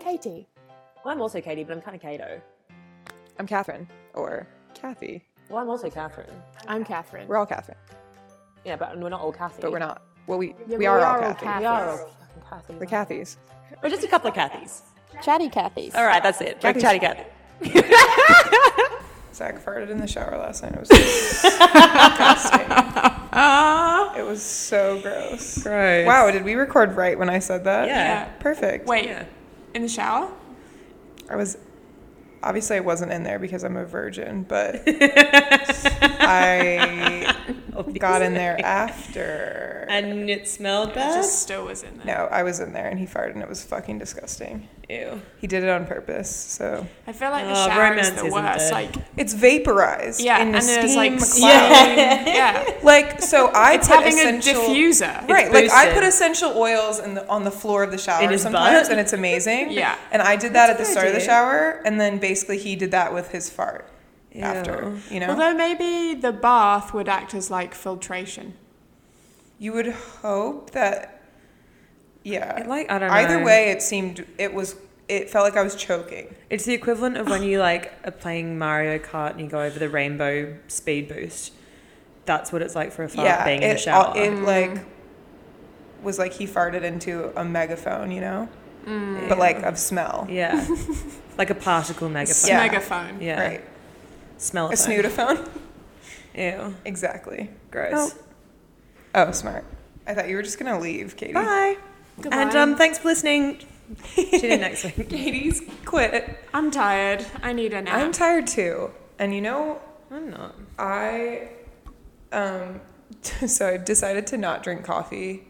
Katie. I'm also Katie, but I'm kind of Kato. I'm Catherine or Kathy. Well, I'm also Catherine. I'm Catherine. We're all Catherine, Yeah, but we're not all Kathy. but we're not. Well, we Yeah, but we we are, all are all Kathy. Kath- We are all fucking Kathys. We're Kathys. We're just a couple of Kathys. Chatty Cathy's. All right, that's it. Back Kathys. chatty Kathy. Zach farted in the shower last night. It was disgusting. It was so gross. Gross. Wow, did we record right when I said that? Yeah. Perfect. Wait. In the shower? I was obviously I wasn't in there because I'm a virgin, but I got in there after. And it smelled I bad. just still was in there. No, I was in there and he farted and it was fucking disgusting. Ew. He did it on purpose, so I feel like the Oh, shower is romance the isn't worst. dead. Like, it's vaporized yeah, in and the there's steam like cloud. steam. yeah. Like so, I It's put having essential, a diffuser. Right, like I boosted. put essential oils in the on the floor of the shower his sometimes, butt? and it's amazing. Yeah. and I did that at the a good start of the idea. shower, and then basically he did that with his fart after. You know, Although maybe the bath would act as like filtration. you would hope that. Yeah, It, like, I don't Either know. way, it seemed it was it felt like I was choking. It's the equivalent of when you like are playing Mario Kart and you go over the rainbow speed boost. That's what it's like for a fart yeah, being it in the shower. it Mm-hmm. like was like he farted into a megaphone, you know, Mm. but like of smell. yeah, like a particle megaphone. Yeah. Megaphone. Yeah, Right, smell a snootophone. Ew, exactly. gross. Oh, smart. I thought you were just gonna leave, Katie. Bye. And Goodbye. um, thanks for listening. Tune in next week. Katie's quit. I'm tired. I need a nap. I'm tired too. And you know, I'm not. I um so I decided to not drink coffee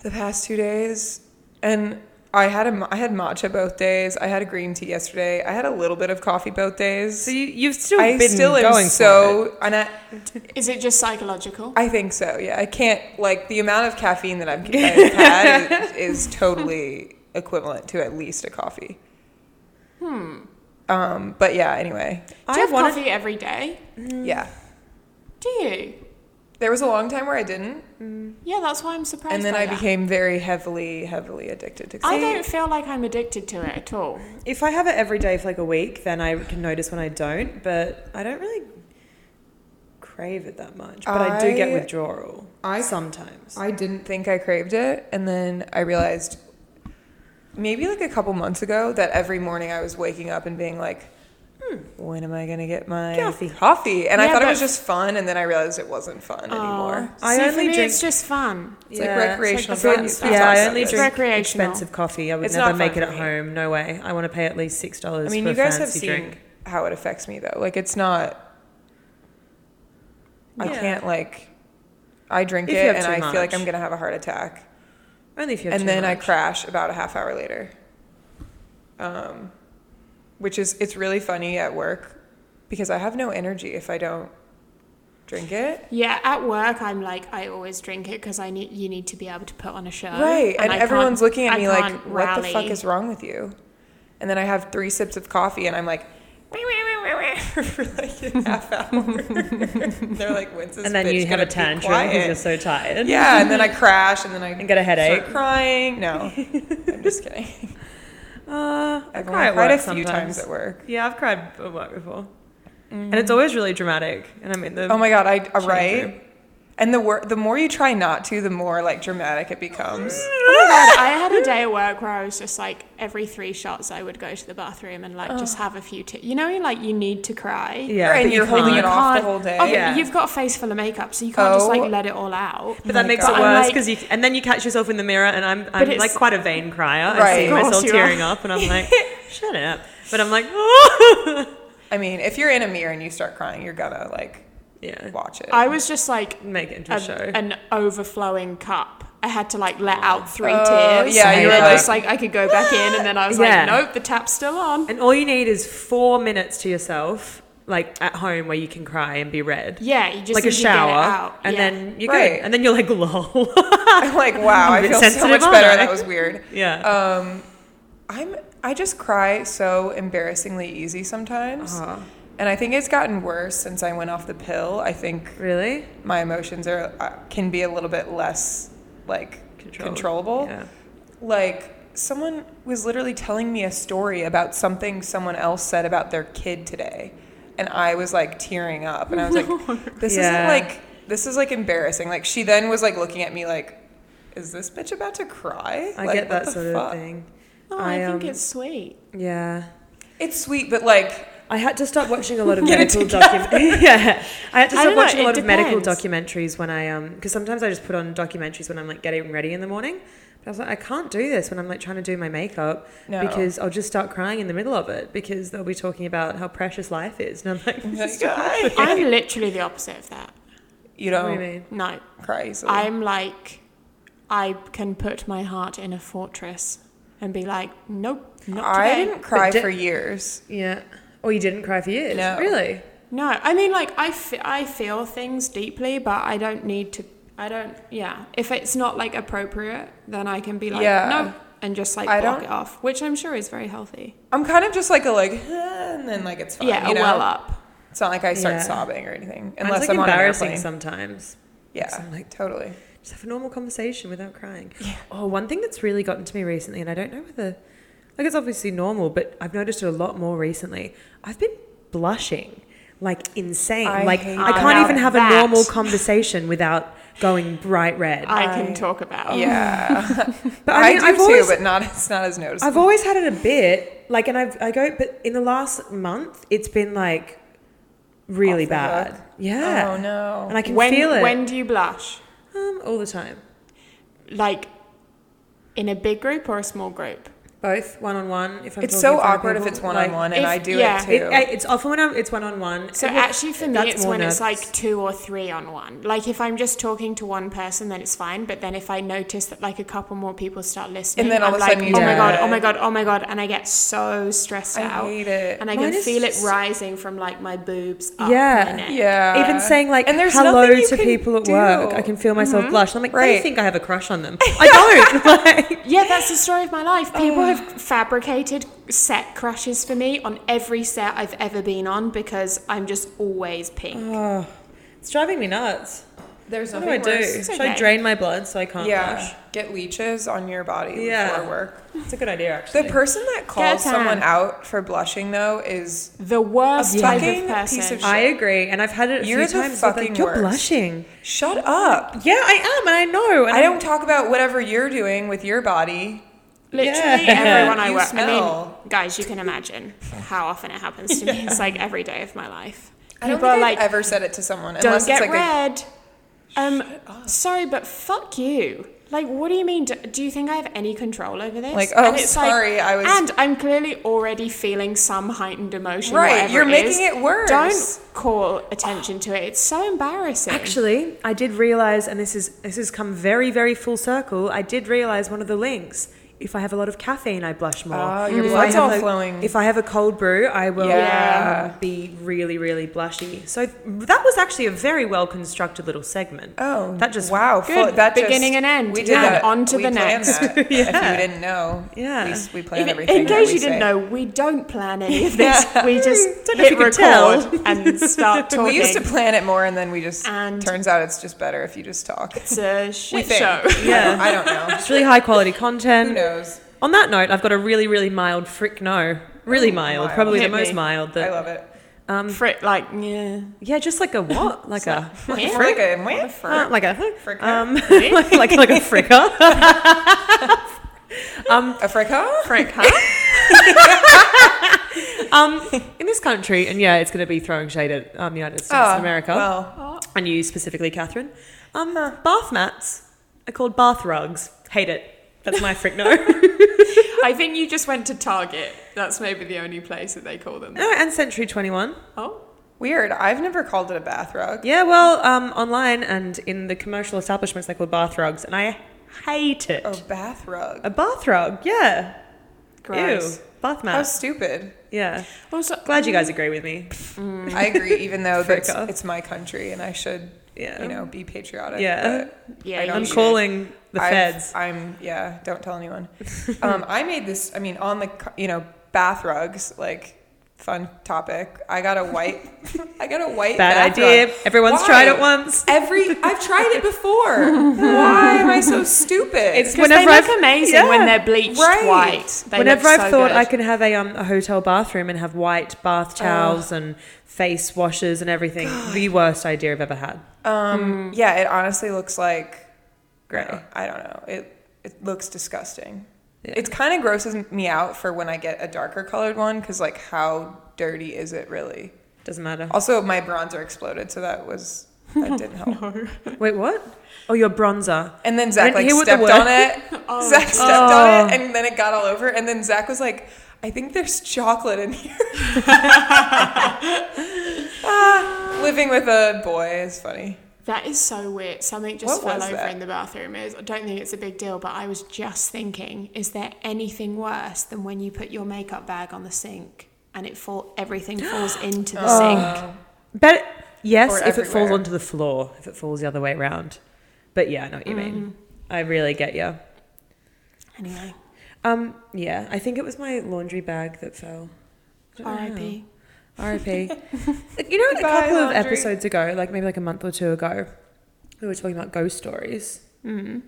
the past 2 days and I had a ma- I had matcha both days. I had a green tea yesterday. I had a little bit of coffee both days. So you, you've still I been still am going for it. so and I, Is it just psychological? I think so. Yeah, I can't like the amount of caffeine that I've, I've had is, is totally equivalent to at least a coffee. Hmm. Um. But yeah. Anyway. Do you I have wanted coffee every day? Yeah. Do you? There was a long time where I didn't, Yeah, that's why I'm surprised. and then by I that. became very heavily, heavily addicted to I coffee. don't feel like I'm addicted to it at all. if I have it every day for like a week, then I can notice when I don't. But I don't really crave it that much. But I, do get I- withdrawal. I- sometimes. I didn't think I craved it, and then I realized maybe like a couple months ago that every morning I was waking up and being like. "Hmm, When am I gonna get my Coffee." coffee? And I Yeah, thought it but- was just fun, and then I realized it wasn't fun anymore. Oh, I see, for only me, drink- it's just fun. It's like recreational drugs. yeah, That's all I it only is. drink Recreational. expensive coffee. I would It's never not make fun it at for me. home. No way. I want to pay at least six dollars. I mean, for you a guys have fancy seen drink. how it affects me though. Like it's not. I Yeah. can't like. I drink If it you have and too I feel like much. I'm gonna have a heart attack, Only if you and have too then I much. crash about a half hour later. Um, which is it's really funny at work because I have no energy if I don't drink it. Yeah, at work I'm like I always drink it because I need you need to be able to put on a show. Um, Right, and, I can't- everyone's looking at I me like, can't "What the fuck rally." is wrong with you?" And then I have three sips of coffee, and I'm like, for like a half hour. They're like, "When's this?" And then bitch you have gonna a be tantrum because quiet?" you're so tired. yeah, and then I crash, and then I And get a headache. Start crying. No, I'm just kidding. Uh, I I've only cry at cried a work few sometimes. times at work. Mm. Yeah, I've cried at work before, and it's always really dramatic. And I mean, the Oh my god! I uh, Shame right. group. And the wor- the more you try not to, the more like dramatic it becomes. Oh my God, I had a day at work where I was just like every three shots I would go to the bathroom and like just have a few. T- you know, like you need to cry. yeah, and but you you're holding it can't. off the Can't- whole day. Oh, but Yeah. You've got a face full of makeup, so you can't just Oh. like let it all out. But that my makes God. it worse I'm because you and then you catch yourself in the mirror and I'm I'm it's- like quite a vain crier. Right. I see Of course myself you are. tearing up and I'm like, shut up. But I'm like, oh. I mean, if you're in a mirror and you start crying, you're gonna like yeah, watch it. I was just like make it into a, a, show. an overflowing cup. I had to like let out three Oh, tears. yeah, and you then were I was like, I could go back in, and then I was Yeah. like, nope, the tap's still on. and all you need is four minutes to yourself, like at home where you can cry and be red, Yeah, you just like need a to get it shower, out. and Yeah. then you're Right. good, and then you're like, lol. I'm like, wow, I bit feel so sensitive, much aren't better. I? That was weird. yeah. Um, I'm I just cry so embarrassingly easy sometimes, Uh-huh. and I think it's gotten worse since I went off the pill. I think Really? my emotions are uh, can be a little bit less like Controlled. controllable. Yeah. Like someone was literally telling me a story about something someone else said about their kid today. And I was like tearing up. And I was like, this Yeah. isn't like, this is like embarrassing. Like, she then was like looking at me like, is this bitch about to cry? I Like, get what that the sort fuck? of thing. Oh, I, um, think it's sweet. yeah. It's sweet, but like, I had to stop watching a lot of Get it medical documentaries. yeah, I had to I stop don't know, watching a it lot of medical depends. documentaries when I um because sometimes I just put on documentaries when I'm like getting ready in the morning. But I was like, I can't do this when I'm like trying to do my makeup No. because I'll just start crying in the middle of it because they'll be talking about how precious life is, and I'm like, like, I'm literally the opposite of that. you what do don't you mean? No, cry easily. I'm like, I can put my heart in a fortress and be like, nope, not I today. didn't cry di- for years. Yeah. Or you didn't cry for years. No. Really? No, I mean, like, I, fe- I feel things deeply, but I don't need to. I don't, yeah. If it's not like appropriate, then I can be like, Yeah. no, and just like I block don't- it off, which I'm sure is very healthy. I'm kind of just like a like, "Huh," and then like it's fine. yeah, you know? a well up. It's not like I start Yeah. sobbing or anything, Mine's, unless like I'm on an embarrassing airplane. sometimes. yeah, I'm like- totally. Just have a normal conversation without crying. Oh, one thing that's really gotten to me recently, and I don't know whether, like, it's obviously normal, but I've noticed it a lot more recently. I've been blushing like insane. I like, hate I can't that. even have That. a normal conversation without going bright red. I, can talk about. Yeah, but I, do I've too, always, but not it's not as noticeable. I've always had it a bit, like, and I've, I go, but in the last month, it's been like really Off the bad. hook. Yeah. Oh no. And I can when, feel it. When do you blush? um, all the time. Like, in a big group or a small group? Both one on one. If I'm it's talking so to other awkward if people, it's one on one, and if- I do yeah. it Like, too. it, it's often when I'm, it's one on one. So actually, for me, it's when it's like two or three on one. Like if I'm just talking to one person, then it's fine. But then if I notice that like a couple more people start listening, then all I'm of a like, sudden you oh my do god, it. oh my god, oh my god, and I get so stressed I out, hate it. and I Mine can is feel it just- rising from like my boobs up Yeah. my neck. yeah, even saying like uh, And there's hello nothing you to can people at do. work. I can feel myself blush. And I'm like, they Right. think I have a crush on them. I don't. like, Yeah, that's the story of my life. People Oh. have fabricated set crushes for me on every set I've ever been on because I'm just always pink. Oh. it's driving me nuts. There's What do I do? Should I okay. drain my blood so I can't Yeah, blush? get leeches on your body Yeah. before work. It's a good idea actually. The person that calls tan. someone out for blushing though is The worst A type fucking of person. piece of I agree, and I've had it a You're few the times. with, fucking like, you're worst. blushing. shut up. Yeah, I am, and I know. And I don't talk about whatever you're doing with your body. Literally Yeah. everyone I You work. I smell. mean, guys, you can imagine how often it happens to me. It's like every day of my life. I don't People think are I've like, ever said it to someone "Don't unless get it's like a red." Um, sorry, but fuck you. Like, what do you mean? Do, do you think I have any control over this? Like, oh, sorry, I was- And I'm clearly already feeling some heightened emotion. Right, whatever you're making is. it worse. Don't call attention to it. It's so embarrassing. Actually, I did realize, and this is this has come very, very full circle. I did realize one of the links. If I have a lot of caffeine, I blush more. Ah, your If I blood's have all a- flowing. If I have a cold brew, I will Yeah. um, be really, really blushy. So that was actually a very well constructed little segment. Oh, that just wow! Good. full- that Beginning just, and end. We did And that. on to we the planned next. That. Yeah. If you didn't know, Yeah. we, s- we plan If- everything. in that case we you didn't say. know, we don't plan any of this. We just Don't know hit if you could tell. record and start talking. we used to plan it more, and then we just And- turns out it's just better if you just talk. It's a We shit think. show. Yeah. I don't know. It's really high quality Who content. knows? On that note, I've got a really, really mild frick no. Really mild, Mild. probably Hit the most me. mild. That I love it. Frick, like, yeah. yeah, just like a what? Like a Like, Frick, and we- Uh, like a Fricker? um, like, like like a fricker. A frick, huh? Frick, huh? um, in this country, and yeah, it's going to be throwing shade at um, United States Ah, of America, Well, and you specifically, Catherine. Um, Bath mats are called bath rugs. Hate it. That's my frick no. I think you just went to Target. That's maybe the only place that they call them. Oh. no, and Century Twenty One. Oh, weird. I've never called it a bath rug. Yeah, well, um, online and in the commercial establishments, they're called bath rugs, and I hate it. A bath rug. A bath rug, yeah. gross. Ew, bath How mat. stupid. yeah. Also, Glad you guys agree with me. Mm. I agree, even though that's, Fricka. it's my country and I should, Yeah. you know, be patriotic. Yeah. but mm, Yeah, I don't you I'm need it. calling the I've- feds. I'm yeah. Don't tell anyone. um, I made this. I mean, on the co- you know bath rugs like Fun topic. I got a white. I got a white. Bad background. idea. Everyone's tried it Why? once. Every I've tried it before. Why am I so stupid? It's because they Whenever look I've- amazing when yeah. they're bleached Right. white. They Whenever look so I've thought good. I could have a um a hotel bathroom and have white bath towels and face washes and everything, the worst idea I've ever had. hmm. um, yeah, it honestly looks like Grey. I don't know. It it looks disgusting. Yeah. It kind of grosses me out for when I get a darker colored one because like how dirty is it really? Doesn't matter. Also, my bronzer exploded, so that was that didn't help. Wait, what? Oh, your bronzer. And then Zach I didn't like hear what the stepped on word- it. Oh. Zach stepped on it, and then it got all over. And then Zach was like, "I think there's chocolate in here." Ah, living with a boy is funny. That is so weird. Something What just fell was over that? in the bathroom. It was- I don't think it's a big deal, but I was just thinking, is there anything worse than when you put your makeup bag on the sink and it fall everything falls into the Oh. sink? But yes, Or if it falls everywhere. onto the floor, if it falls the other way around. But yeah, I know what you Mm. mean. I really get you. Anyway, Um, yeah, I think it was my laundry bag that fell. I don't know how. R.I.P. RIP. you know, a Goodbye, couple of laundry. episodes ago, like maybe like a month or two ago, we were talking about ghost stories. Mm-hmm. Mm.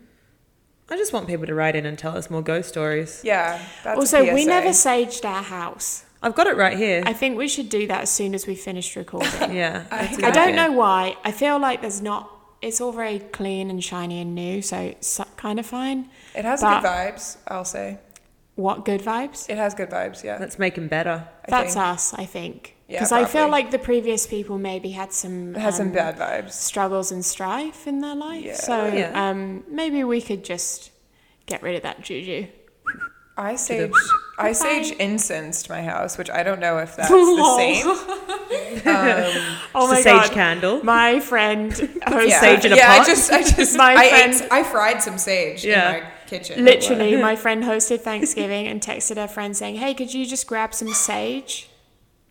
I just want people to write in and tell us more ghost stories. Yeah. That's a Also, we PSA. never saged our house. I've got it right here. I think we should do that as soon as we finished recording. yeah, that's a I good don't idea. know why. I feel like there's not. It's all very clean and shiny and new, so it's kind of fine. It has But- good vibes. I'll say What good vibes? it has good vibes. Yeah. Let's make them better. I That's think. us, I think. Yeah, Because I feel probably. like the previous people maybe had some It has some um, bad vibes. struggles and strife in their life. Yeah. So Yeah. um, maybe we could just get rid of that juju. I the- sage I sage Goodbye. incense to my house, which I don't know if that's the same. Um, Oh Just my a sage god! candle. My friend, oh, yeah. Sage in a yeah, I pot? just I just My I, friend- ate, I fried some sage Yeah. in my kitchen. Literally, my friend hosted Thanksgiving and texted her friend saying, "Hey, could you just grab some sage?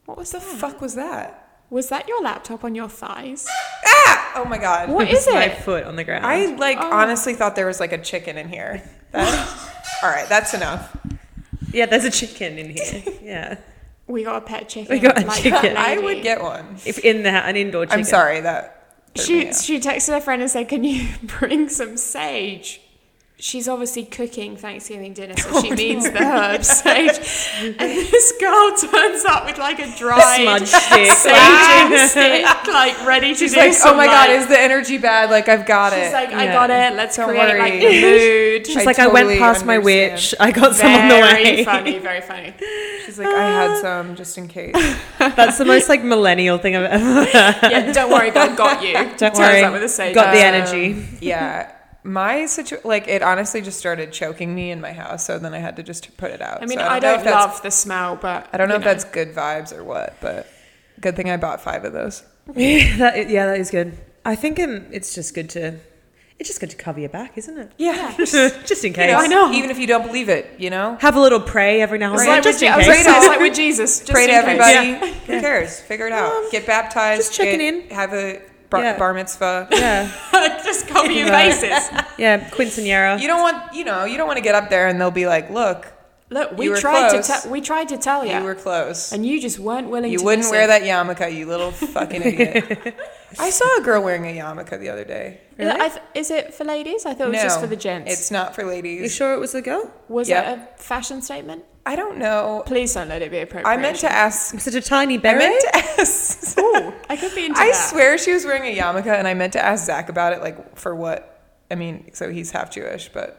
What was the fuck was that? Was that your laptop on your thighs? Ah! Oh my god. What Oh. is My it? foot on the ground. I like honestly thought there was like a chicken in here. That, all right, that's enough. yeah, there's a chicken in here. Yeah, We got a pet chicken. We got a like chicken. that I lady. would get one. if in the ho- an indoor chicken. I'm sorry that turned me She off. she texted her friend and said, "Can you bring some sage?" She's obviously cooking Thanksgiving dinner, so she needs the herb sage. And this girl turns up with like a dried Smudge stick. sage and stick, like ready to She's do like, some, oh my god, like- is the energy bad? Like I've got it. She's like, I Yeah. got it. Let's Don't create like worry. the mood. She's I like, I totally went past my understand. witch. I got some on the Very way. funny, very funny. She's like, I had "Ah." some just in case. That's the most like millennial thing I've ever. Yeah, don't worry, God got you. Don't Turns worry. up with a sage. Got the Um, energy. yeah my situation like it honestly just started choking me in my house so then i had to just put it out I mean, So I know don't if that's- love the smell, but i don't know you if that's good vibes or what but good thing i bought five of those that, i- yeah, that is good. I think um, it's just good to, it's just good to cover your back, isn't it? yeah, just in case. I know. even if you don't believe it you know Have a little pray every now and It's then, like, just with, in I was case. gonna say, it's like with Jesus. Just pray to in case. Um, everybody Yeah. who cares figure it out get baptized just checking get- in. have a bar, Yeah. bar mitzvah yeah, just cover your bases. yeah, quinceanera. you don't want you know you don't want to get up there and they'll be like look Look, we You were tried close. to te- we tried to tell you, you were close and you just weren't willing. you to wouldn't listen. wear that yarmulke you little fucking idiot i saw a girl wearing a yarmulke the other day Is it- I th- is it for ladies? I thought it was just for the gents. It's not for ladies. You sure it was a girl? was yeah. it a fashion statement? I don't know. Please don't let it be appropriate. I meant to ask. Such a tiny I beret. meant to ask. I could be into I that. swear she was wearing a yarmulke, and I meant to ask Zach about it. Like for what? I mean, so he's half Jewish, but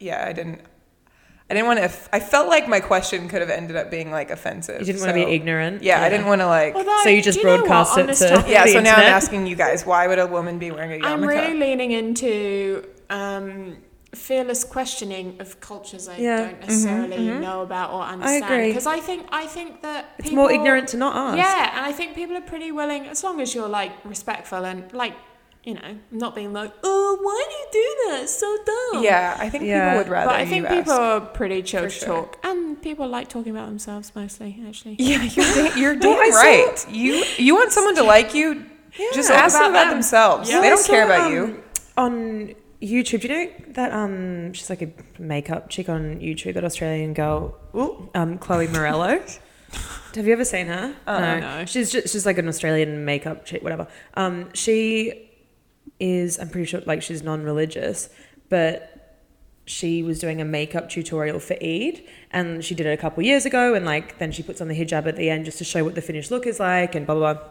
yeah, I didn't. I didn't want to. I felt like my question could have ended up being like offensive. You didn't want to so- be ignorant. Yeah, I didn't want to like. Although, So you just do know what? broadcast On it this to- topic, yeah, the so now I'm internet. asking you guys, why would a woman be wearing a yarmulke? I'm really leaning into um, fearless questioning of cultures I Yeah. don't necessarily know about or understand. agree. Because I think I think that It's more people- ignorant to not ask. Yeah, and I think people are pretty willing, as long as you're like respectful and like, you know, not being like, oh, why do you do that? It's so dumb. Yeah, I think Yeah. people would rather. But I you think ask. people are pretty chill For to sure. talk, and people like talking about themselves mostly. Actually, Yeah, you're, da- you're Well, damn I saw- right. you you want someone to like you, just Talk ask them about about them. themselves. Yeah. They Well, don't I care saw, about um, you. On YouTube, do you know that um she's like a makeup chick on YouTube, that Australian girl, ooh, um Chloe Morello. Have you ever seen her? Oh, Uh, no. She's just she's like an Australian makeup chick, whatever. Um, she is. I'm pretty sure like she's non-religious, but she was doing a makeup tutorial for Eid, and she did it a couple years ago. And like then she puts on the hijab at the end just to show what the finished look is like, and blah blah blah.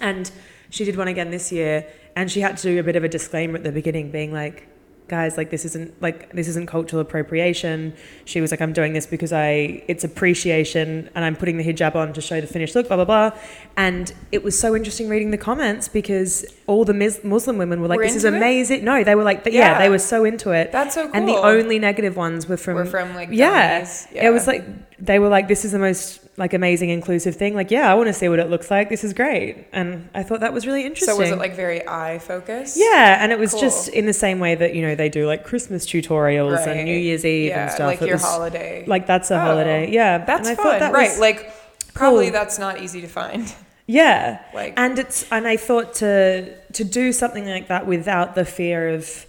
And she did one again this year, and she had to do a bit of a disclaimer at the beginning, being like, guys like this isn't like this isn't cultural appropriation she was like i'm doing this because i it's appreciation and i'm putting the hijab on to show the finished look blah blah blah and it was so interesting reading the comments because all the Mis- muslim women were like Were this is into it? amazing no they were like yeah. Yeah. they were so into it That's so and the cool. only negative ones were from Were from, like, yeah. dummies. it Yeah. was like they were like this is the most like amazing inclusive thing like yeah i want to see what it looks like this is great and i thought that was really interesting So was it like very eye focused? yeah, and it was Cool. just in the same way that you know they do like Christmas tutorials and Right. New Year's Eve yeah, and stuff. Like It your was- holiday. Like that's a Oh, holiday. Yeah, that's and I fun, thought that right? was- like probably cool. that's not easy to find. yeah, Like- and it's and I thought to to do something like that without the fear of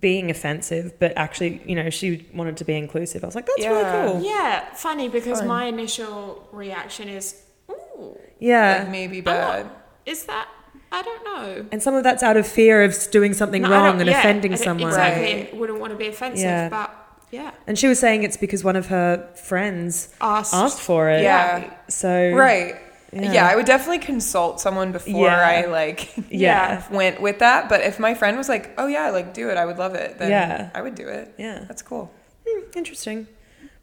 being offensive, but actually, you know, she wanted to be inclusive. I was like, that's Yeah. really cool. Yeah, funny because my initial reaction is, ooh, Yeah. Like maybe I'm bad. not, is that? I don't know. and some of that's out of fear of doing something No, I wrong don't- and yeah, offending I don't- someone. Exactly, Right. and wouldn't want to be offensive, Yeah. but yeah, And she was saying it's because one of her friends asked. asked for it. Yeah. So Right. Yeah. Yeah. I would definitely consult someone before Yeah. I like Yeah. went with that. But if my friend was like, "Oh yeah, like do it, I would love it," then Yeah. I would do it. Yeah. That's cool. Hmm, interesting.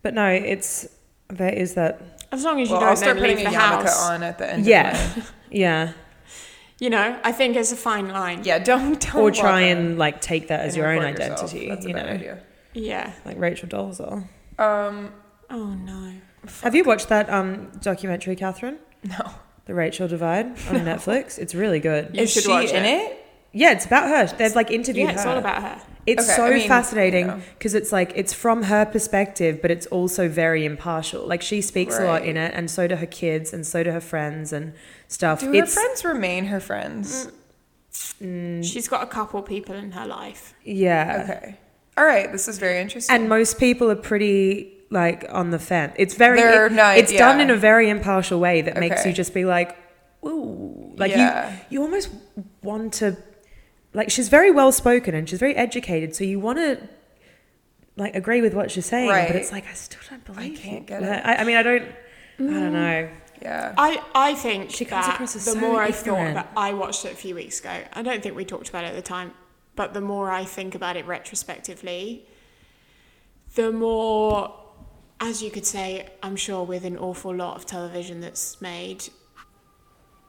But no, it's there is that. As long as you Well, don't I'll start then leave putting a the yarmulke house. on at the end. of mine. yeah. You know, I think it's a fine line. yeah. Don't don't Or walk try around and like take that as Oh, and your own record yourself. identity. That's a you know, bad idea. Yeah. like Rachel Dolezal. Um, Oh no. Have you watched that um documentary, Catherine? no. The Rachel Divide on Netflix. It's really good. You Is should she watch in it. it? Yeah, it's about her. They've like interviewed Yeah, it's her. all about her. It's Okay, so I mean, yeah. fascinating because it's like it's from her perspective, but it's also very impartial. Like she speaks a lot in it, and so do her kids, and so do her friends and stuff. Do it's her friends remain her friends? Mm. She's got a couple people in her life. yeah. Okay. All right. This is very interesting. and most people are pretty like on the fence. It's very They're it- not- it's done yeah. in a very impartial way that makes Okay. you just be like, ooh, like Yeah. you you almost want to like she's very well spoken and she's very educated, so you want to like agree with what she's saying, Right. but it's like I still don't believe. can't it. get it. Mm. I, I mean, I don't. I don't know. yeah. I, I think She comes that across as the so more I ignorant. thought about I watched it a few weeks ago. I don't think we talked about it at the time, but the more I think about it retrospectively, the more as you could say, I'm sure with an awful lot of television that's made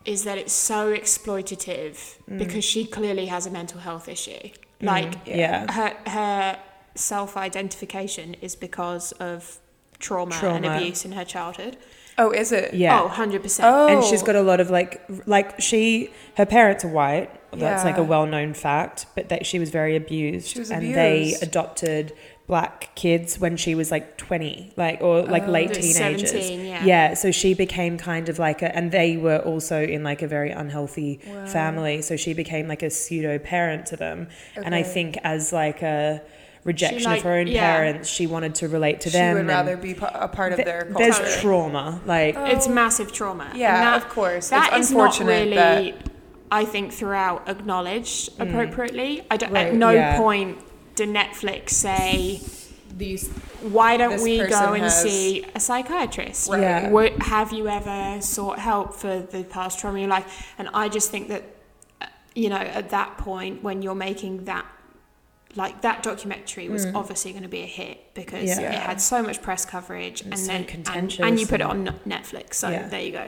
is that it's so exploitative because she clearly has a mental health issue. Like Mm. yeah. her her self identification is because of trauma, and Trauma. abuse in her childhood. Oh, is it? Yeah. Oh, 100%. Oh. and she's got a lot of like like she her parents are white that's like a Yeah. well-known fact but that she was very abused, She was and they abused. adopted black kids when she was like 20 like or like Oh, late Like teenagers 17, yeah. so she became kind of like a and they were also in like a very unhealthy family so she became like a pseudo parent to them and i Okay. think as like a rejection like- of her own yeah. parents she wanted to relate to She them would and rather be pa- a part of th- their there's culture. Oh. trauma like it's massive trauma. And Yeah, of course. That It's is not unfortunate really, that- Mm. I think, throughout acknowledged appropriately. I don't, Right, at no yeah. point did Netflix say, These. "Why don't This we go person and has- see a psychiatrist?" Right. Yeah. Wo- have you ever sought help for the past trauma in your life? And I just think that, uh, you know, at that point when you're making that. Like that documentary was Mm. obviously going to be a hit because Yeah. it had so much press coverage, and so then and, and contentious you put it on Netflix, so Yeah. there you go.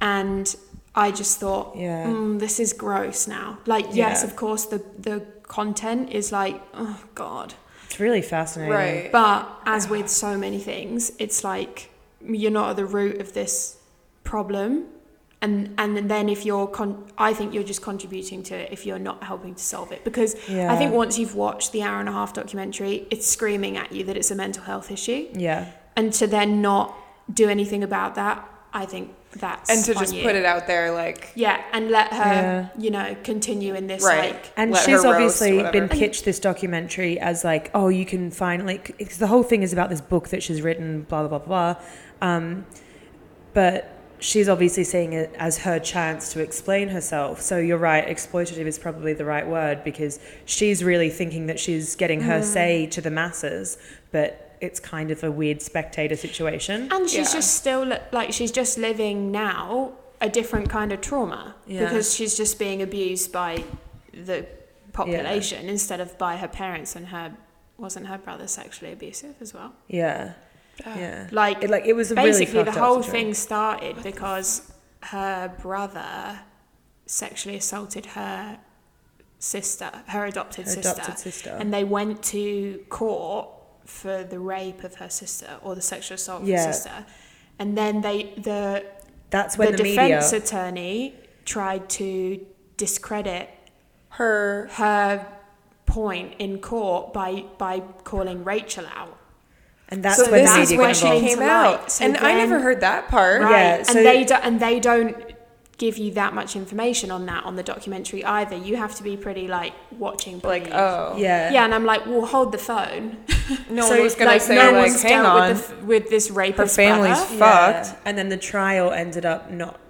And I just thought, Yeah. mm, this is gross now. Like, yes, Yeah. of course, the the content is like, oh god. it's really fascinating Right. But as with so many things, it's like you're not at the root of this problem. And, and then if you're con- I think you're just contributing to it if you're not helping to solve it because I Yeah. think once you've watched the hour and a half documentary it's screaming at you that it's a mental health issue yeah and to then not do anything about that, I think that's and to on just you. put it out there, like yeah, and let her, Yeah. you know, continue in this Right. like And let her she's roast or obviously been whatever. pitched this documentary as like, oh, you can finally. Cause the whole thing is about this book that she's written, blah blah blah blah. Um, but she's obviously seeing it as her chance to explain herself. So you're right, exploitative is probably the right word because she's really thinking that she's getting her Mm. say to the masses, but it's kind of a weird spectator situation. And she's Yeah. just still li- like she's just living now a different kind of trauma Yeah. because she's just being abused by the population instead of by her parents and her wasn't her brother sexually abusive as well. Yeah. Yeah. Like It, like it was a basically really the fucked up whole situation. thing started because her brother sexually assaulted her sister, her adopted Her sister, adopted sister. and they went to court for the rape of her sister or the sexual assault of Yeah. her sister, and then they the That's when the, the, defense media attorney tried to discredit Her her point in court by by calling Rachel out. and that's so when this the is media when got she involved. came came to out, light. So and I then- never heard that part. Right. Yeah, so- and they do, and they don't give you that much information on that on the documentary either. You have to be pretty like watching. Like, brave. oh, Yeah. Yeah, and I'm like, well, hold the phone. no one was gonna say no like, one's hang dealt on, with, the, f- with this rapist. her family's brother. fucked. And then the trial ended up not.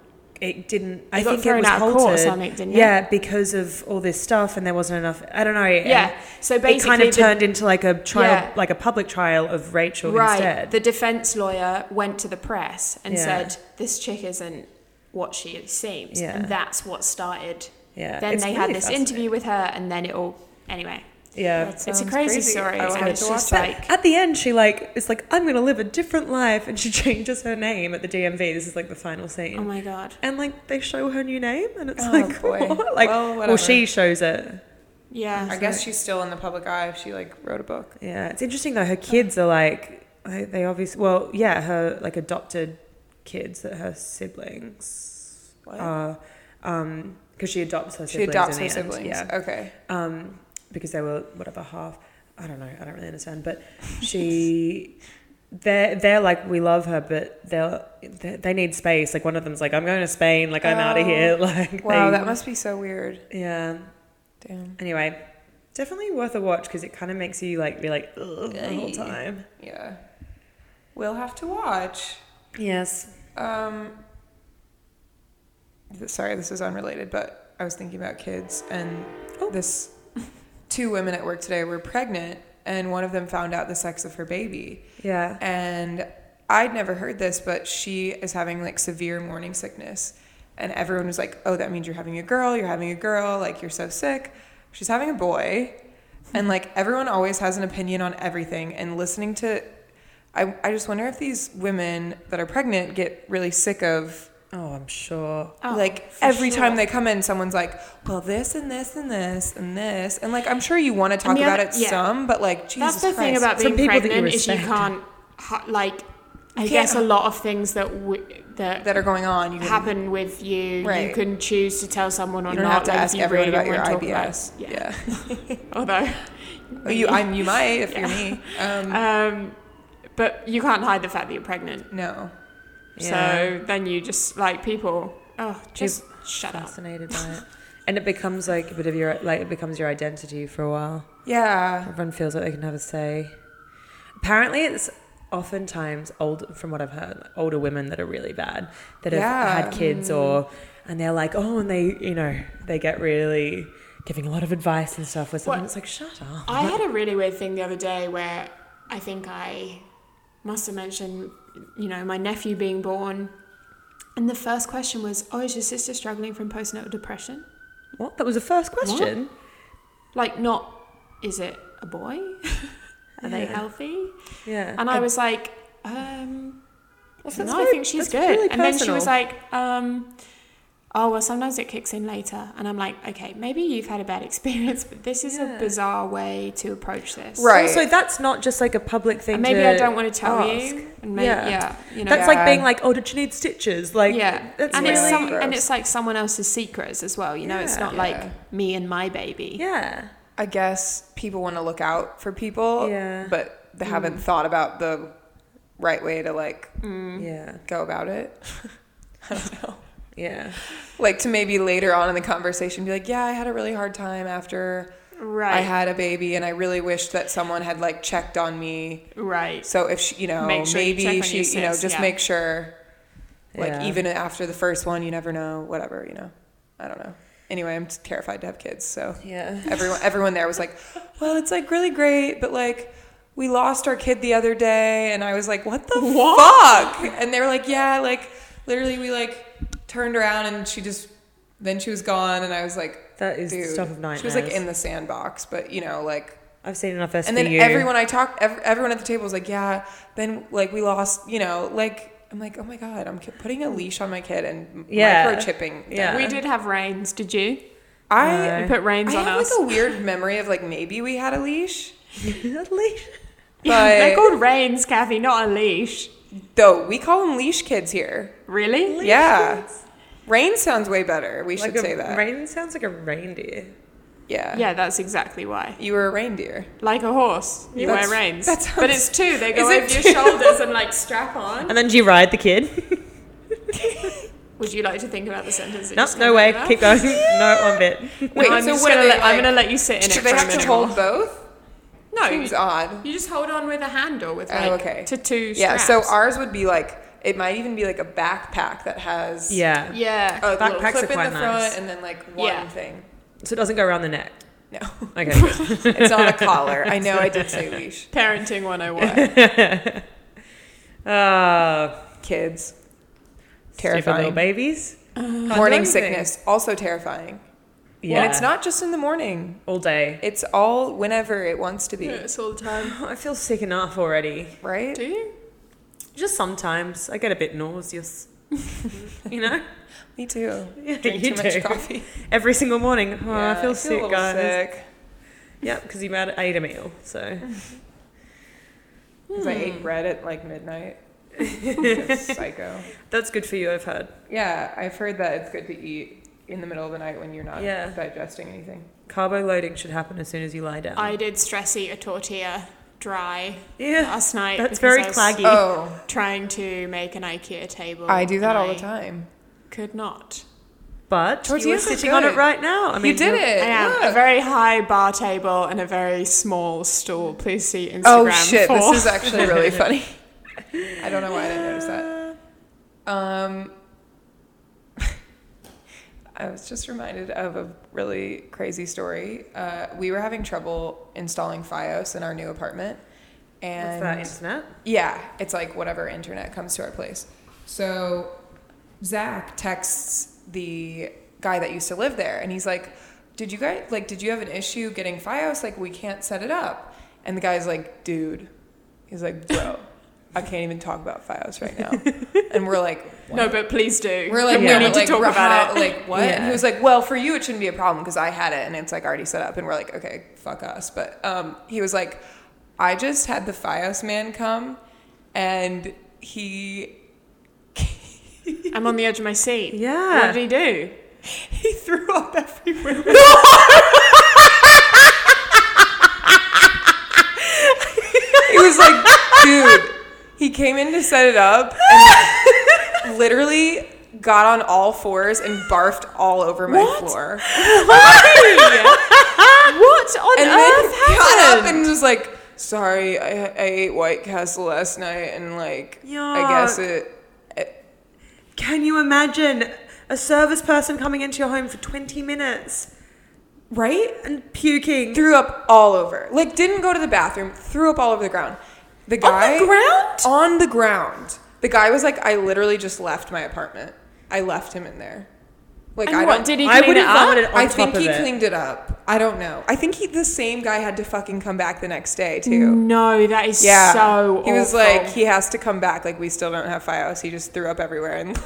It didn't. I It got think it thrown was out of halted. court or something, didn't it? yeah, because of all this stuff, and there wasn't enough. I don't know. and Yeah, so it kind basically of the- turned into like a trial, Yeah. like a public trial of Rachel Right. instead. The defense lawyer went to the press and Yeah. said, this chick isn't what she seems. Yeah. And that's what started. Yeah, Then it's they had really this fascinating. interview with her, and then it all. Anyway, yeah. That's- it's a Sounds crazy, crazy. Oh, story. I will And have it's to just watch like. At the end, she like it's like I'm gonna live a different life, and she changes her name at the DMV. This is like the final scene. Oh my god. and like they show her new name, and it's Oh, like boy. what? like Well, well, whatever. she shows it. Yeah. I guess she's still in the public eye if she like wrote a book. Yeah, it's interesting though. Her kids are like they, they obviously well, yeah, her like adopted kids that her siblings What? are um because she adopts her She siblings. adopts in her the end, siblings. yeah, Okay. um, because they were whatever half. I don't know. I don't really understand. But she, they're they're like we love her, but they're, they they need space. Like one of them's like I'm going to Spain. Like I'm out Oh. of here. Like Wow, they- that must be so weird. yeah. Damn. Anyway, definitely worth a watch because it kind of makes you like be like Ugh, the whole Aye. time. Yeah. We'll have to watch. Yes. Um, th- sorry, this is unrelated, but I was thinking about kids, and Oh. this two women at work today were pregnant, and one of them found out the sex of her baby, Yeah. and I'd never heard this, but she is having like severe morning sickness, and everyone was like, "Oh, that means you're having a girl. You're having a girl. Like you're so sick." She's having a boy, and like everyone always has an opinion on everything, and listening to. I, I just wonder if these women that are pregnant get really sick of Oh, I'm sure. Oh, like for every sure. time they come in, someone's like, "Well, this and this and this and this," and like I'm sure you want to talk the about other- it yeah. some, but like Jesus That's the Christ. thing about Some being people that you pregnant is you respect. can't ha- like. I can't- guess a lot of things that w- that, that are going on. You can- happen with you, Right. you can choose to tell someone or You don't not. have to like, if ask you everyone really about your wanna talk about it. IBS. yeah. Although, Oh, you, I'm, you might if you're me. Um, um, but you can't hide the fact that you're pregnant. no. Yeah. So then you just like people. Oh, just shut up. Fascinated by it. And it becomes like a bit of your like it becomes your identity for a while. Yeah. Everyone feels like they can have a say. Apparently, it's oftentimes old from what I've heard, like, older women that are really bad that have Yeah. had kids or and they're like, oh, and they you know they get really giving a lot of advice and stuff with something Well, that's like, shut up. I had a really weird thing the other day where I think I must have mentioned, you know, my nephew being born. And the first question was, Oh, is your sister struggling from postnatal depression? What? That was the first question. Like, not, is it a boy? Are they healthy? Yeah. And I was like, um, Well, that's no, I very- think she's that's good. really and then she was personal. like, um, oh, well, sometimes it kicks in later. And I'm like, okay, maybe you've had a bad experience, but this is Yeah. a bizarre way to approach this. Right. Also, that's not just like a public thing. And maybe to I don't want to tell ask. you. And maybe, Yeah. yeah. you know. That's Yeah. like being like, oh, did you need stitches? Like, yeah, that's and really, it's some, gross. and it's like someone else's secrets as well. You know, it's Yeah. not Yeah. like me and my baby. yeah, I guess people want to look out for people, Yeah. but they haven't thought about the right way to like yeah, go about it. I don't know. yeah. Like to maybe later on in the conversation be like, yeah, I had a really hard time after Right, I had a baby, and I really wish that someone had like checked on me. right. So if she, you know, Make sure you maybe check on she, your you know, sis, just yeah. make sure. Like Yeah. even after the first one, you never know. Whatever, you know. I don't know. Anyway, I'm terrified to have kids. So Yeah. everyone everyone there was like, "Well, it's like really great, but like we lost our kid the other day." And I was like, "What the fuck?" And they were like, "Yeah, like literally we like turned around and she just then she was gone." And I was like, That is the stuff of She was like nightmares. in the sandbox, but you know, like I've seen enough SVU. and then everyone I talked, ev- everyone at the table was like, "Yeah." Then like we lost, you know, like I'm like, "Oh my god, I'm ki- putting a leash on my kid and Yeah. microchipping." them." Yeah. We did have reins, did you? I We put reins I on have us. like a weird memory of like maybe we had a leash, At least- They're but called reins, Kathy, not a leash. though we call them leash kids here. Really? yeah, rain sounds way better. We like should a say that. Rain sounds like a reindeer. yeah, Yeah, that's exactly why. You were a reindeer. Like a horse, you That's- wear reins. that but sounds- it's two. They go Is it over your two? shoulders and like strap on. And then do you ride the kid? Would you like to think about the sentence? that no, just no came way. out of Keep that? going. no, one bit. No, I'm so just what are gonna they, let, I'm like- gonna let you sit in Do it they for a have to minute. hold both? no, Seems you, odd. you just hold on with a handle with like oh, okay. to two. Yeah, so straps. ours would be like it might even be like a backpack that has Yeah. yeah, a little Backpacks clip are in the quite front nice. and then like one Yeah. thing. So it doesn't go around the neck. No, Okay. good. it's not a collar. I know I did say leash. parenting 101. uh, Kids, terrifying little terrifying. babies. Can't do Morning anything. sickness, also terrifying. Yeah. And it's not just in the morning. all day. It's all whenever it wants to be, it's all the time. I feel sick enough already. right? Do you? Just sometimes I get a bit nauseous. you know? Me too. Yeah, Drink you too much do. coffee. Every single morning. Oh, Yeah, I feel, sick, a little guys. sick. Yep, because you mad- ate a meal. So 'Cause I ate bread at like midnight. It's psycho. that's good for you, I've heard. Yeah, I've heard that it's good to eat in the middle of the night when you're not Yeah. digesting anything. Carbo loading should happen as soon as you lie down. I did stress eat a tortilla dry yeah. last night. because That's very I was claggy. Oh, Trying to make an IKEA table. I do that and all I the time. Could not. But Tortillas you were are sitting on it good. right now. I mean, you did you're- it. I am a look. very high bar table and a very small stool. Please see Instagram. oh shit, for. this is actually really funny. I don't know why I didn't notice that. Uh, Um, I was just reminded of a really crazy story. Uh, we were having trouble installing FiOS in our new apartment, What's and that internet? Yeah, it's like whatever internet comes to our place. So Zach texts the guy that used to live there and he's like, Did you guys like did you have an issue getting Fios? Like we can't set it up. And the guy's like, dude. He's like, Bro, I can't even talk about Fios right now. And we're like, No, but please do. we're like, we Yeah. no, need like, to talk how- about it. Like, what? And Yeah. he was like, well, for you, it shouldn't be a problem because I had it and it's like already set up. And we're like, okay, fuck us. But um, he was like, I just had the Fios man come and he I'm on the edge of my seat. Yeah. What did he do? he threw up everywhere. he was like, dude, he came in to set it up and literally got on all fours and barfed all over my floor. what on and earth then got up happened? and was like, "Sorry, I, I ate White Castle last night, and like, I guess it." Can you imagine a service person coming into your home for 20 minutes Right? and puking? Threw up all over. Like, didn't go to the bathroom. Threw up all over the ground. The guy ground? on the ground. The guy was like, "I literally just left my apartment. I left him in there." Like, And I what, don't. did he I clean would it have vomited up? on I top think of he it. cleaned it up. I don't know. I think he, the same guy had to fucking come back the next day too. No, that is Yeah. Mm, so He was awful. like, he has to come back. Like, we still don't have Fios. He just threw up everywhere. And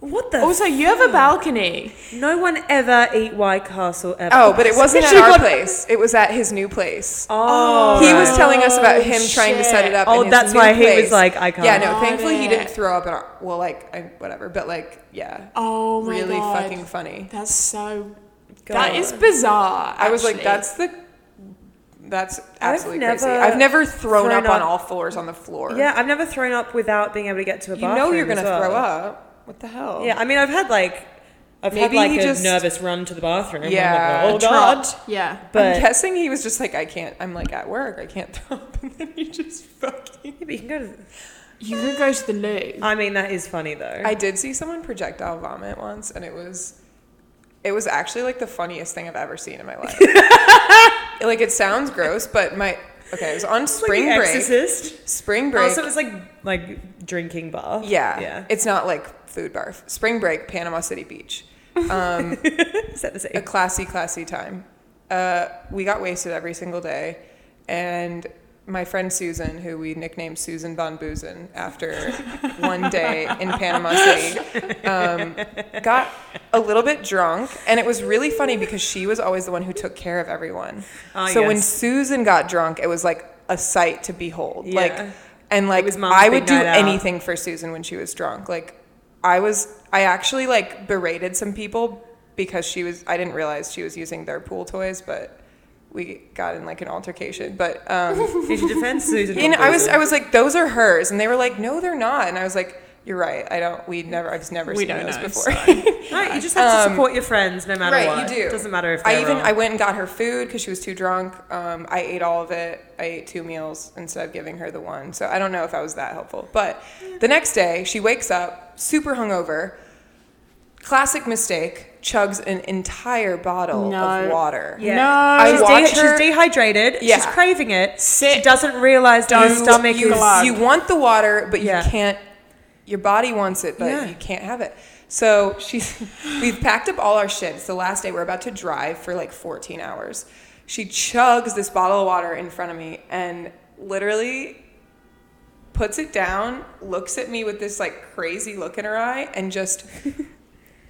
What the? also, you have a balcony. no one ever eat White Castle ever. oh, but it wasn't at Especially our when- place. It was at his new place. Oh, he was telling us about Oh, him trying to set it shit. up. Oh, in his that's new why he was place. like, "I can't." Yeah, no. Got Thankfully, he it. didn't throw up at all. Well, like, I, whatever. But like, yeah. Oh my really god. fucking funny. That's so. God. That is bizarre. I was like, actually. that's the. That's absolutely crazy. never I've never thrown, thrown up, up- on all floors on the floor. yeah, I've never thrown up without being able to get to a You bathroom. know you're going gonna to throw up. What the hell? Yeah, I mean, I've had like, I've had Maybe like he a just- nervous run to the bathroom. I'm like, Yeah, oh a god. trot. Yeah. But I'm guessing he was just like, I can't. I'm like at work. I can't throw up, and then you just fucking. Yeah, but you can go to. You could go to the loo. I mean, that is funny though. I did see someone projectile vomit once, and it was, it was actually like the funniest thing I've ever seen in my life. like it sounds gross, but my okay, it was on It's like spring The break. Exorcist. Spring break. Also, it's like like drinking bar. yeah, yeah. It's not like food barf. Spring break, Panama City Beach. Um, Is that the same? a classy, classy time. Uh, we got wasted every single day, and my friend Susan, who we nicknamed Susan von Boozen after one day in Panama City, um, got a little bit drunk, and it was really funny because she was always the one who took care of everyone. Ah, so when yes. Susan got drunk, it was like a sight to behold. Yeah. Like, and like was Mom's I big would do night out. anything anything for Susan when she was drunk. Like I was I actually like berated some people because she was I didn't realize she was using their pool toys, but we got in like an altercation. But um Did you defend Susan? you know, I was Bonpozo? I was like, those are hers and they were like, No, they're not and I was like, You're right, I don't we never I've never We seen don't those know, before. Right, you just have to support your friends no matter uh, um, right, what. you do. It doesn't matter if I they're even wrong. I went and got her food because she was too drunk. Um, I ate all of it. I ate two meals instead of giving her the one. So I don't know if I was that helpful. But the next day, she wakes up super hungover. Classic mistake: chugs an entire bottle of No. water. Yeah. No. she's, I watch her- she's dehydrated. She's Yeah. craving it. Sit She doesn't realize that her You- stomach you, is. you want the water, but Yeah. you can't. Your body wants it, but Yeah. you can't have it. So she's. we've packed up all our shit. It's the last day. We're about to drive for like 14 hours. She chugs this bottle of water in front of me and literally puts it down, looks at me with this like crazy look in her eye, and just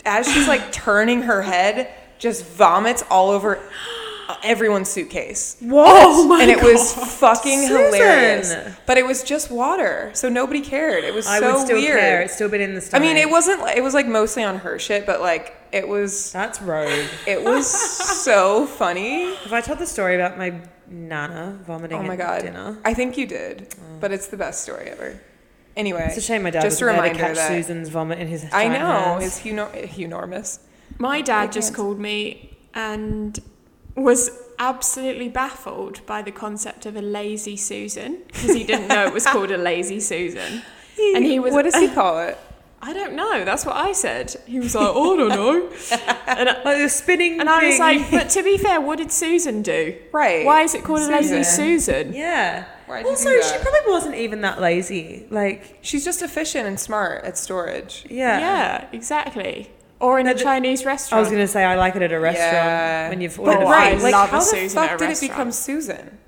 as she's like turning her head, just vomits all over everyone's suitcase Oh my and it was fucking Susan! hilarious. But it was just water, so nobody cared. It was I so would still weird. care. It's still been in the I stomach. mean, it wasn't. It was like mostly on her shit, but like it was. That's rogue. It was so funny. Have I told the story about my nana vomiting Oh my at god! dinner? Mm. I think you did, but it's the best story ever. Anyway, It's a shame my dad Just a wasn't there to reminder catch that Susan's vomit in his. I giant know hands. it's huno- enormous. My dad just called me and was absolutely baffled by the concept of a lazy Susan because he didn't know it was called a lazy Susan. And he was What does he call it? I don't know. That's what I said. He was like, oh, I don't know. And I, like the spinning. and I was thing. like, but to be fair, what did Susan do? Right. Why is it called a lazy Susan. Susan? yeah. Why'd you Also, do she that? probably wasn't even that lazy. Like, She's just efficient and smart at storage. yeah. Yeah, exactly. Or in No, a the- Chinese I was restaurant. gonna say I like it at a restaurant Yeah. when you've ordered But a I right, food. like love a how the Susan at fuck a did it restaurant. become Susan?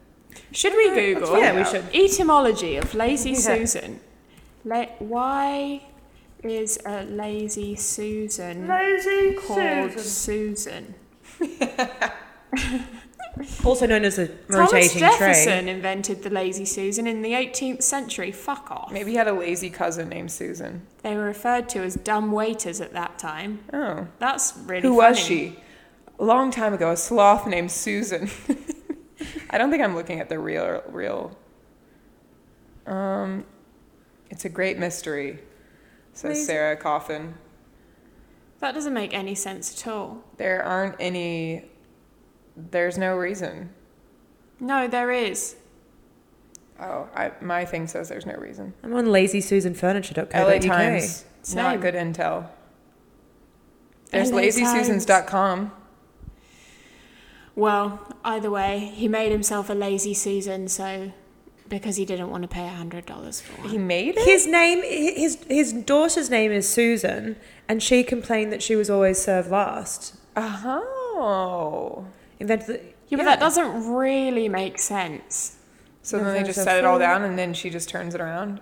Should Uh, we Google? Yeah, we should. Etymology of lazy Yeah. Susan. La- why is a lazy Susan called Susan? also known as a Thomas rotating tray. Jefferson invented the lazy Susan in the 18th century. Fuck off. Maybe he had a lazy cousin named Susan. They were referred to as dumb waiters at that time. Oh. That's really Who was funny. she? A long time ago, a sloth named Susan. I don't think I'm looking at the real real. Um, it's a great mystery, says Amazing. Sarah Coffin. That doesn't make any sense at all. There aren't any. There's no reason. No, there is. Oh, I, my thing says there's no reason. I'm on lazysusanfurniture.co.uk. LA Times, Same. not good intel. There's LA Times. lazysusans.com. Well, either way, he made himself a lazy Susan, so because he didn't want to pay $100 for one. He made it? His name, his his daughter's name is Susan, and she complained that she was always served last. uh-huh. Oh. Invented. The, yeah, Yeah, but that doesn't really make sense. So then they just set it all down and then she just turns it around.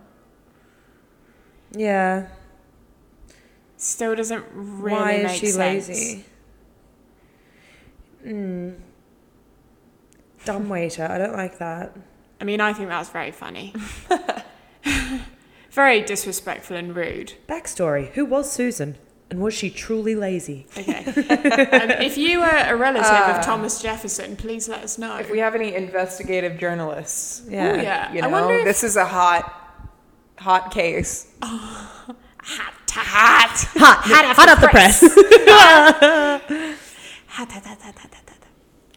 Yeah. Still doesn't really Why make is she sense. lazy? Mm. Dumb waiter. I don't like that. I mean, I think that's very funny. very disrespectful and rude. Backstory: Who was Susan, and was she truly lazy? Okay. um, if you were a relative Uh. of Thomas Jefferson, please let us know. If we have any investigative journalists, Yeah. Ooh, yeah. Um, you I wonder know, if- this is a hot, hot case. Hot, hot, Hot, hot, hot off the press. hot, hot, hot, hot, hot, hot, hot.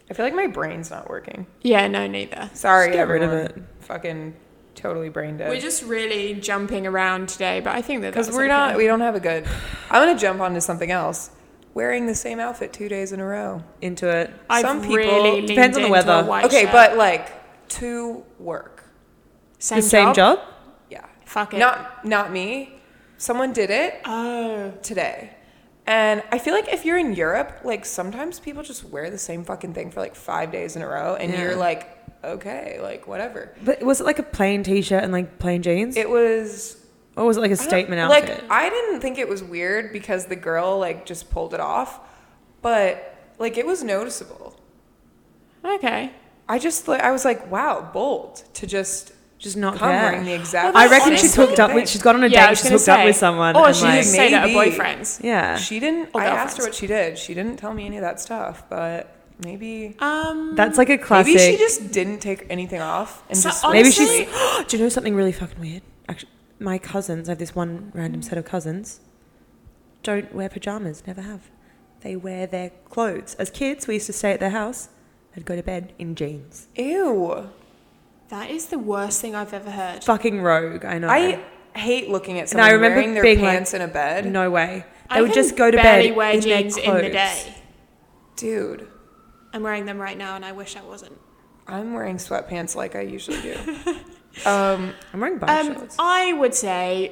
I feel like my brain's not working. Yeah, no, neither. Sorry, Just get rid of everyone. Fucking totally brain dead. We're just really jumping around today, but I think that Because that's we're not, okay. we don't have a good. I'm gonna jump onto something else. Wearing the same outfit two days in a row. into it. I've some people- really depends leaned on the into a weather. white okay, shirt. but like to work. same the same job? Yeah. Fuck it. Not not me. Someone did it Oh, today, and I feel like if you're in Europe, like sometimes people just wear the same fucking thing for like five days in a row, and Yeah. you're like, okay, like whatever. But was it like a plain t-shirt and like plain jeans? It was or was it like a I don't- statement outfit? Like I didn't think it was weird because the girl like just pulled it off, but like it was noticeable. okay. I just like I was like, wow, bold to just just not come care. wearing the exact. Well, I that's reckon she's honestly- hooked up with, she's got on a yeah, I date, was she's gonna hooked up say. with someone. Or and, she like, just stayed at her maybe- boyfriend's. yeah. She didn't. Or I asked her girlfriends. what she did. She didn't tell me any of that stuff, but maybe Um, That's like a classic. maybe she just didn't take anything off and So just honest- Maybe Honestly- she's. Do you know something really fucking weird? Actually, my cousins. I have this one random set of cousins. Don't wear pajamas. Never have. They wear their clothes. As kids, we used to stay at their house. They'd go to bed in jeans. ew. that is the worst thing I've ever heard. Fucking rogue. I know. I hate looking at And I someone remember wearing their being like, pants in a bed, no way. They I would can just go to barely bed wear in jeans their clothes. in the day. dude. I'm wearing them right now, and I wish I wasn't. I'm wearing sweatpants like I usually do. um, I'm wearing bike Um, shorts. I would say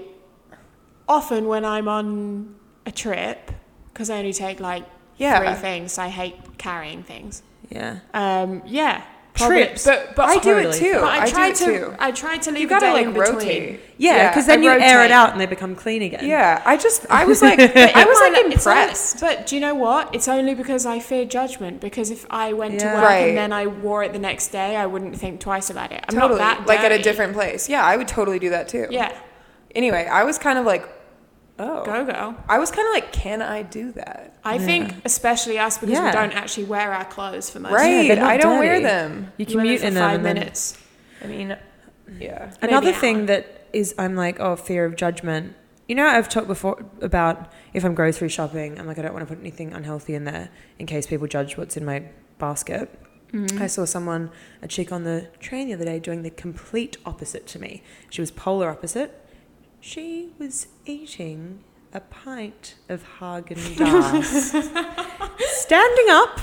often when I'm on a trip, because I only take like Yeah. three things, I hate carrying things. Yeah. Um, yeah, probably- Trips. but but I do it Totally. too. But I, I, try do it to too. I try to leave. you gotta a day like in between. rotate. Yeah, because then I you air it rotate. out and they become clean again. Yeah, I just I was like But I it was might- like it's only- impressed. but do you know what? It's only because I fear judgment. Because if I went Yeah. to work Right. and then I wore it the next day, I wouldn't think twice about it. I'm Totally, not that like at a dirty. different place. Yeah, I would totally do that too. Yeah, Anyway, I was kind of like, oh, go go. I was kind of like, can I do that? I think especially us because Yeah. we don't actually wear our clothes for most. Right. Yeah, they're not I don't wear dirty. them. You You wear them commute for in them. five and then- minutes. I mean, yeah. Maybe Another an thing hour. that is, I'm like, oh, fear of judgment. You know, I've talked before about if I'm grocery shopping, I'm like, I don't want to put anything unhealthy in there in case people judge what's in my basket. Mm-hmm. I saw someone, a chick on the train the other day, doing the complete opposite to me. She was polar opposite. She was eating a pint of Haagen Dazs, standing up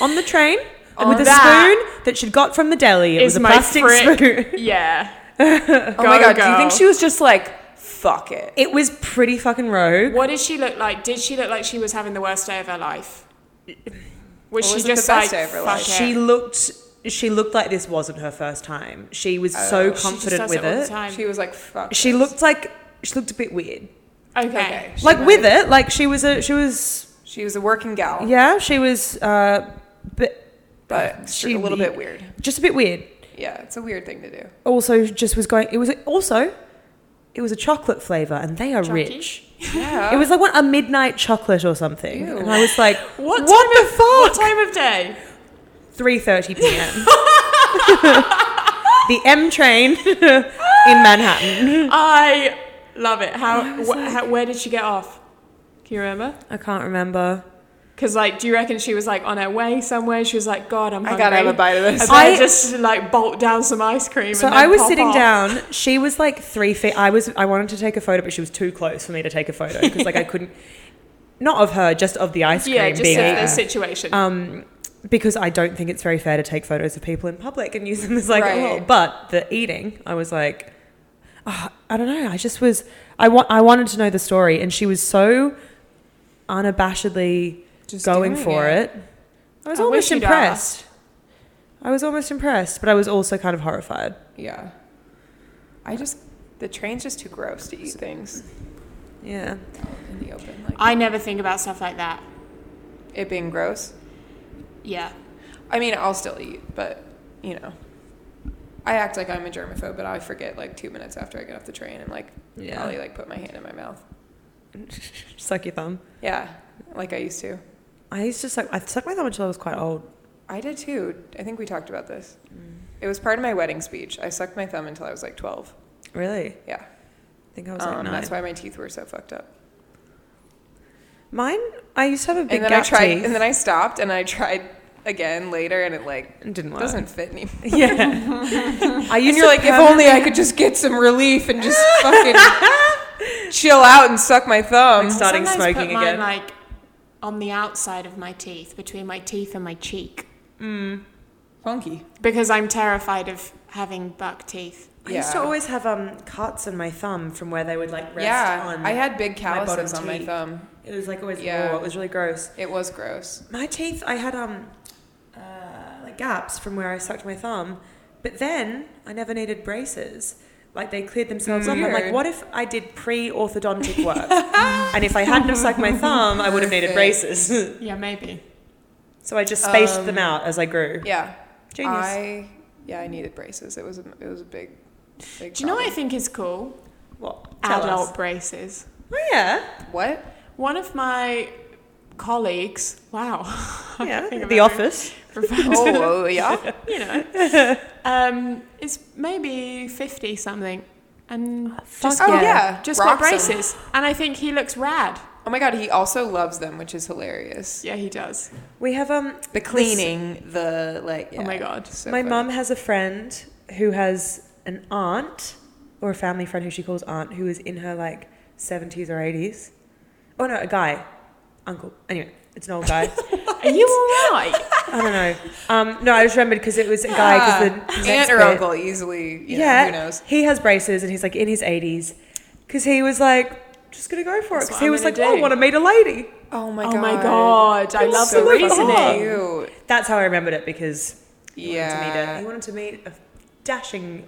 on the train and with a Oh, That spoon that she'd got from the deli. It Is was a my plastic frick- spoon. Yeah. Oh my god, do you think she was just like, fuck it? It was pretty fucking rogue. What did she look like? Did she look like she was having the worst day of her life? Was Or she was it just the best like day of her fuck life? it? She looked she looked like this wasn't her first time. She was so Oh, She just confident does with it all the it. time. She was like, fuck. She this. looked like she looked a bit weird. okay. okay. She like was- with it, like she was a she was She was a working gal, yeah, she was uh but but she She- a little bit weird. just a bit weird. Yeah, it's a weird thing to do. Also just was going it was also it was a chocolate flavor and they are Chucky? rich. Yeah. It was like what a midnight chocolate or something. Ew. And I was like What, what, time the of, fuck? What time of day? 3:30 p.m. the M train in Manhattan. I love it. How, wh- how where did she get off? Can you remember? I can't remember. Because like, do you reckon she was like on her way somewhere? She was like, God, I'm I hungry. gotta have a bite of this. And then I- just like bolt down some ice cream. So and then I was pop sitting off. down. She was like three feet. I was. I wanted to take a photo, but she was too close for me to take a photo because like I couldn't. Not of her, just of the ice cream Yeah, just being in eaten. this situation. Um, because I don't think it's very fair to take photos of people in public and use them as like. Right. Oh, but the eating, I was like, ah, I don't know. I just was. I want. I wanted to know the story, and she was so unabashedly Just going doing for it. it. I was I almost wish you'd impressed. I was almost impressed, but I was also kind of horrified. Yeah. I just the train's just too gross to eat things Yeah. in the open, like I never think about stuff like that. it being gross. Yeah. I mean, I'll still eat, but you know, I act like I'm a germaphobe, but I forget like two minutes after I get off the train and like Yeah. probably like put my hand in my mouth. Suck your thumb. Yeah, like I used to. I used to suck. I sucked my thumb until I was quite old. I did too. I think we talked about this. Mm. It was part of my wedding speech. I sucked my thumb until I was like 12. Really? I Yeah, think I was like um, nine. that's why my teeth were so fucked up. Mine. I used to have a big and then I gap tried, teeth. and then I stopped, and I tried again later, and it like It didn't work. doesn't fit anymore. Yeah. I And used you're to like, if permanently- only I could just get some relief and just fucking chill out and suck my thumb. Like, Starting Sometimes put smoking mine, again. like on the outside of my teeth, between my teeth and my cheek, Funky. because I'm terrified of having buck teeth. I used to Yeah. always have um cuts on my thumb from where they would like rest yeah, on. I had big my bottom calluses on my teeth. thumb. It was like always Yeah. raw. It was really gross. It was gross. My teeth, I had um uh, like gaps from where I sucked my thumb, but then I never needed braces. Like they cleared themselves up. I'm like, Weird. what if I did pre-orthodontic work? and if I hadn't have sucked my thumb, I would have needed braces. Yeah, maybe. so I just spaced Um, them out as I grew. Yeah, Genius. I yeah I needed braces. It was a, it was a big. big Do you know what I problem. think is cool? what? Tell Adult us. braces. Oh yeah, What? One of my colleagues. Wow. I can't think yeah. of every- The office. referred to Oh well, yeah. you know, um, is maybe 50 something. And just, yeah. got- Oh, yeah. just Rocks got 'em. braces. And I think he looks rad. Oh my god, he also loves them, which is hilarious. Yeah, he does. We have um The cleaning, the like. Oh my yeah, God. so my funny. mum has a friend who has an aunt or a family friend who she calls aunt who is in her like 70s or 80s. Oh no, a guy. Uncle. Anyway, it's an old guy. Are you all right? I don't know. Um, no, I just remembered because it was a guy. Cause the next Ah, aunt or bit- uncle easily. Yeah, Who knows? He has braces and he's like in his 80s because he was like, just going to go for That's it. Because what he I'm was like, gonna oh, I do. want to meet a lady. Oh my oh god. my God. I It's love so the fucking reasoning. Cute. That's how I remembered it because he wanted to meet a- Yeah. he wanted to meet a dashing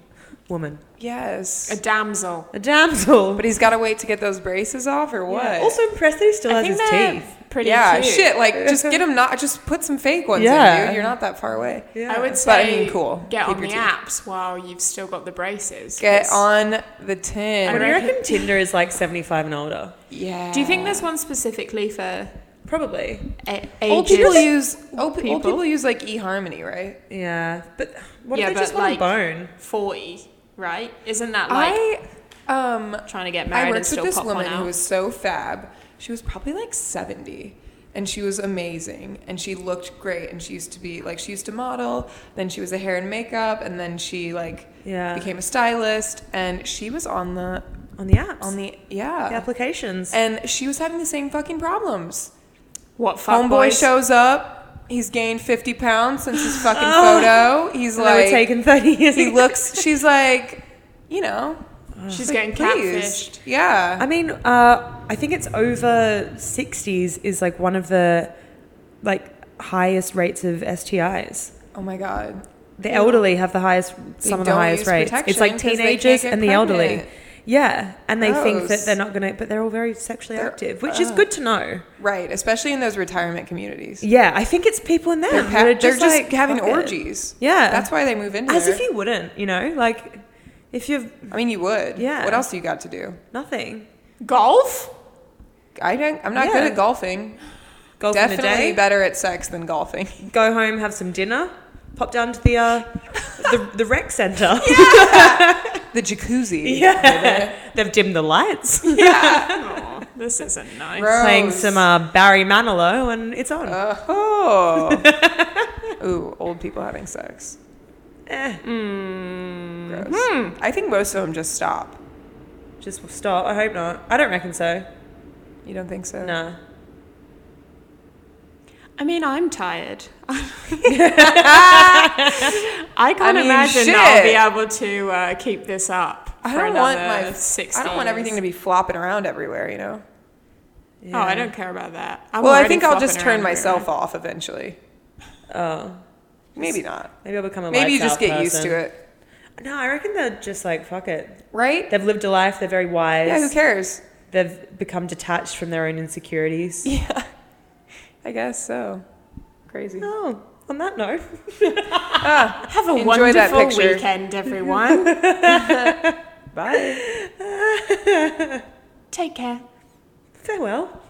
woman, A Yes. damsel. a damsel. But he's got to wait to get those braces off, or what? Yeah. Also impressed that he still I has think his they're teeth. pretty yeah, cute. shit. Like, just get him not. Just put some fake ones in, Yeah. dude. You're not that far away. Yeah. I would But, say I mean, cool. get Keep on the your teeth. apps while you've still got the braces. Get 'cause- on the What do you tin. reckon Tinder is like 75 and older? Yeah. Do you think there's one specifically for Probably. a- old ages? people use old, pe- people? old people use like eHarmony, right? Yeah. But what Yeah, if they just but, want a like, bone? 40, right? Isn't that like I um trying to get I married and worked with still this pop one woman out? who was so fab. She was probably like 70 and she was amazing and she looked great and she used to be like she used to model, then she was a hair and makeup and then she like Yeah. became a stylist and she was on the on the apps. on the yeah. The applications. And she was having the same fucking problems. What Homeboy fuckboys? shows up, he's gained 50 pounds since his fucking Oh. photo. He's And they like were taken 30 years he ago. looks she's like, you know, She's like, getting please. catfished. Yeah. I mean, uh, I think it's over 60s is like one of the like highest rates of STIs. oh my god. The elderly have the highest, They some of the don't highest use rates. It's like protection 'cause they can't teenagers get and the elderly. pregnant. Yeah, and they think Gross. that they're not going to, but they're all very sexually They're- active, which is ugh. good to know. Right, especially in those retirement communities. Yeah, I think it's people in there. They're, pa- that are they're just, like, having fuck it. orgies. Yeah. That's why they move into As there. if you wouldn't, you know? Like, if you've I mean, you would. Yeah. What else do you got to do? nothing. Golf? I don't. I'm not good Yeah. at golfing. Golf in a Definitely day, better at sex than golfing. go home, have some dinner, pop down to the uh, the, the rec centre. The jacuzzi. Yeah. They've dimmed the lights, Aw, this isn't nice. Gross. playing some uh, Barry Manilow, and it's on. Uh. Oh. Ooh, old people having sex. Eh, Gross. I think most of them just stop. just stop. I hope not. I don't reckon so. You don't think so? Nah. I mean, I'm tired. I can't mean, imagine that shit. I'll be able to uh, keep this up. I for don't want another my. six. I don't want everything to be flopping around everywhere. You know. Oh, I don't care about that. I'm well, I already think I'll flopping just around turn myself everywhere. off eventually. Uh, Oh, Maybe not. maybe I'll become a. Maybe you lights just out get used person. to it. No, I reckon they're just like fuck it. Right? They've lived a life. They're very wise. Yeah, who cares? They've become detached from their own insecurities. Yeah. I guess so. Crazy. No. On that note, Ah, Have a Enjoy that wonderful picture. weekend, everyone. bye. Take care. farewell.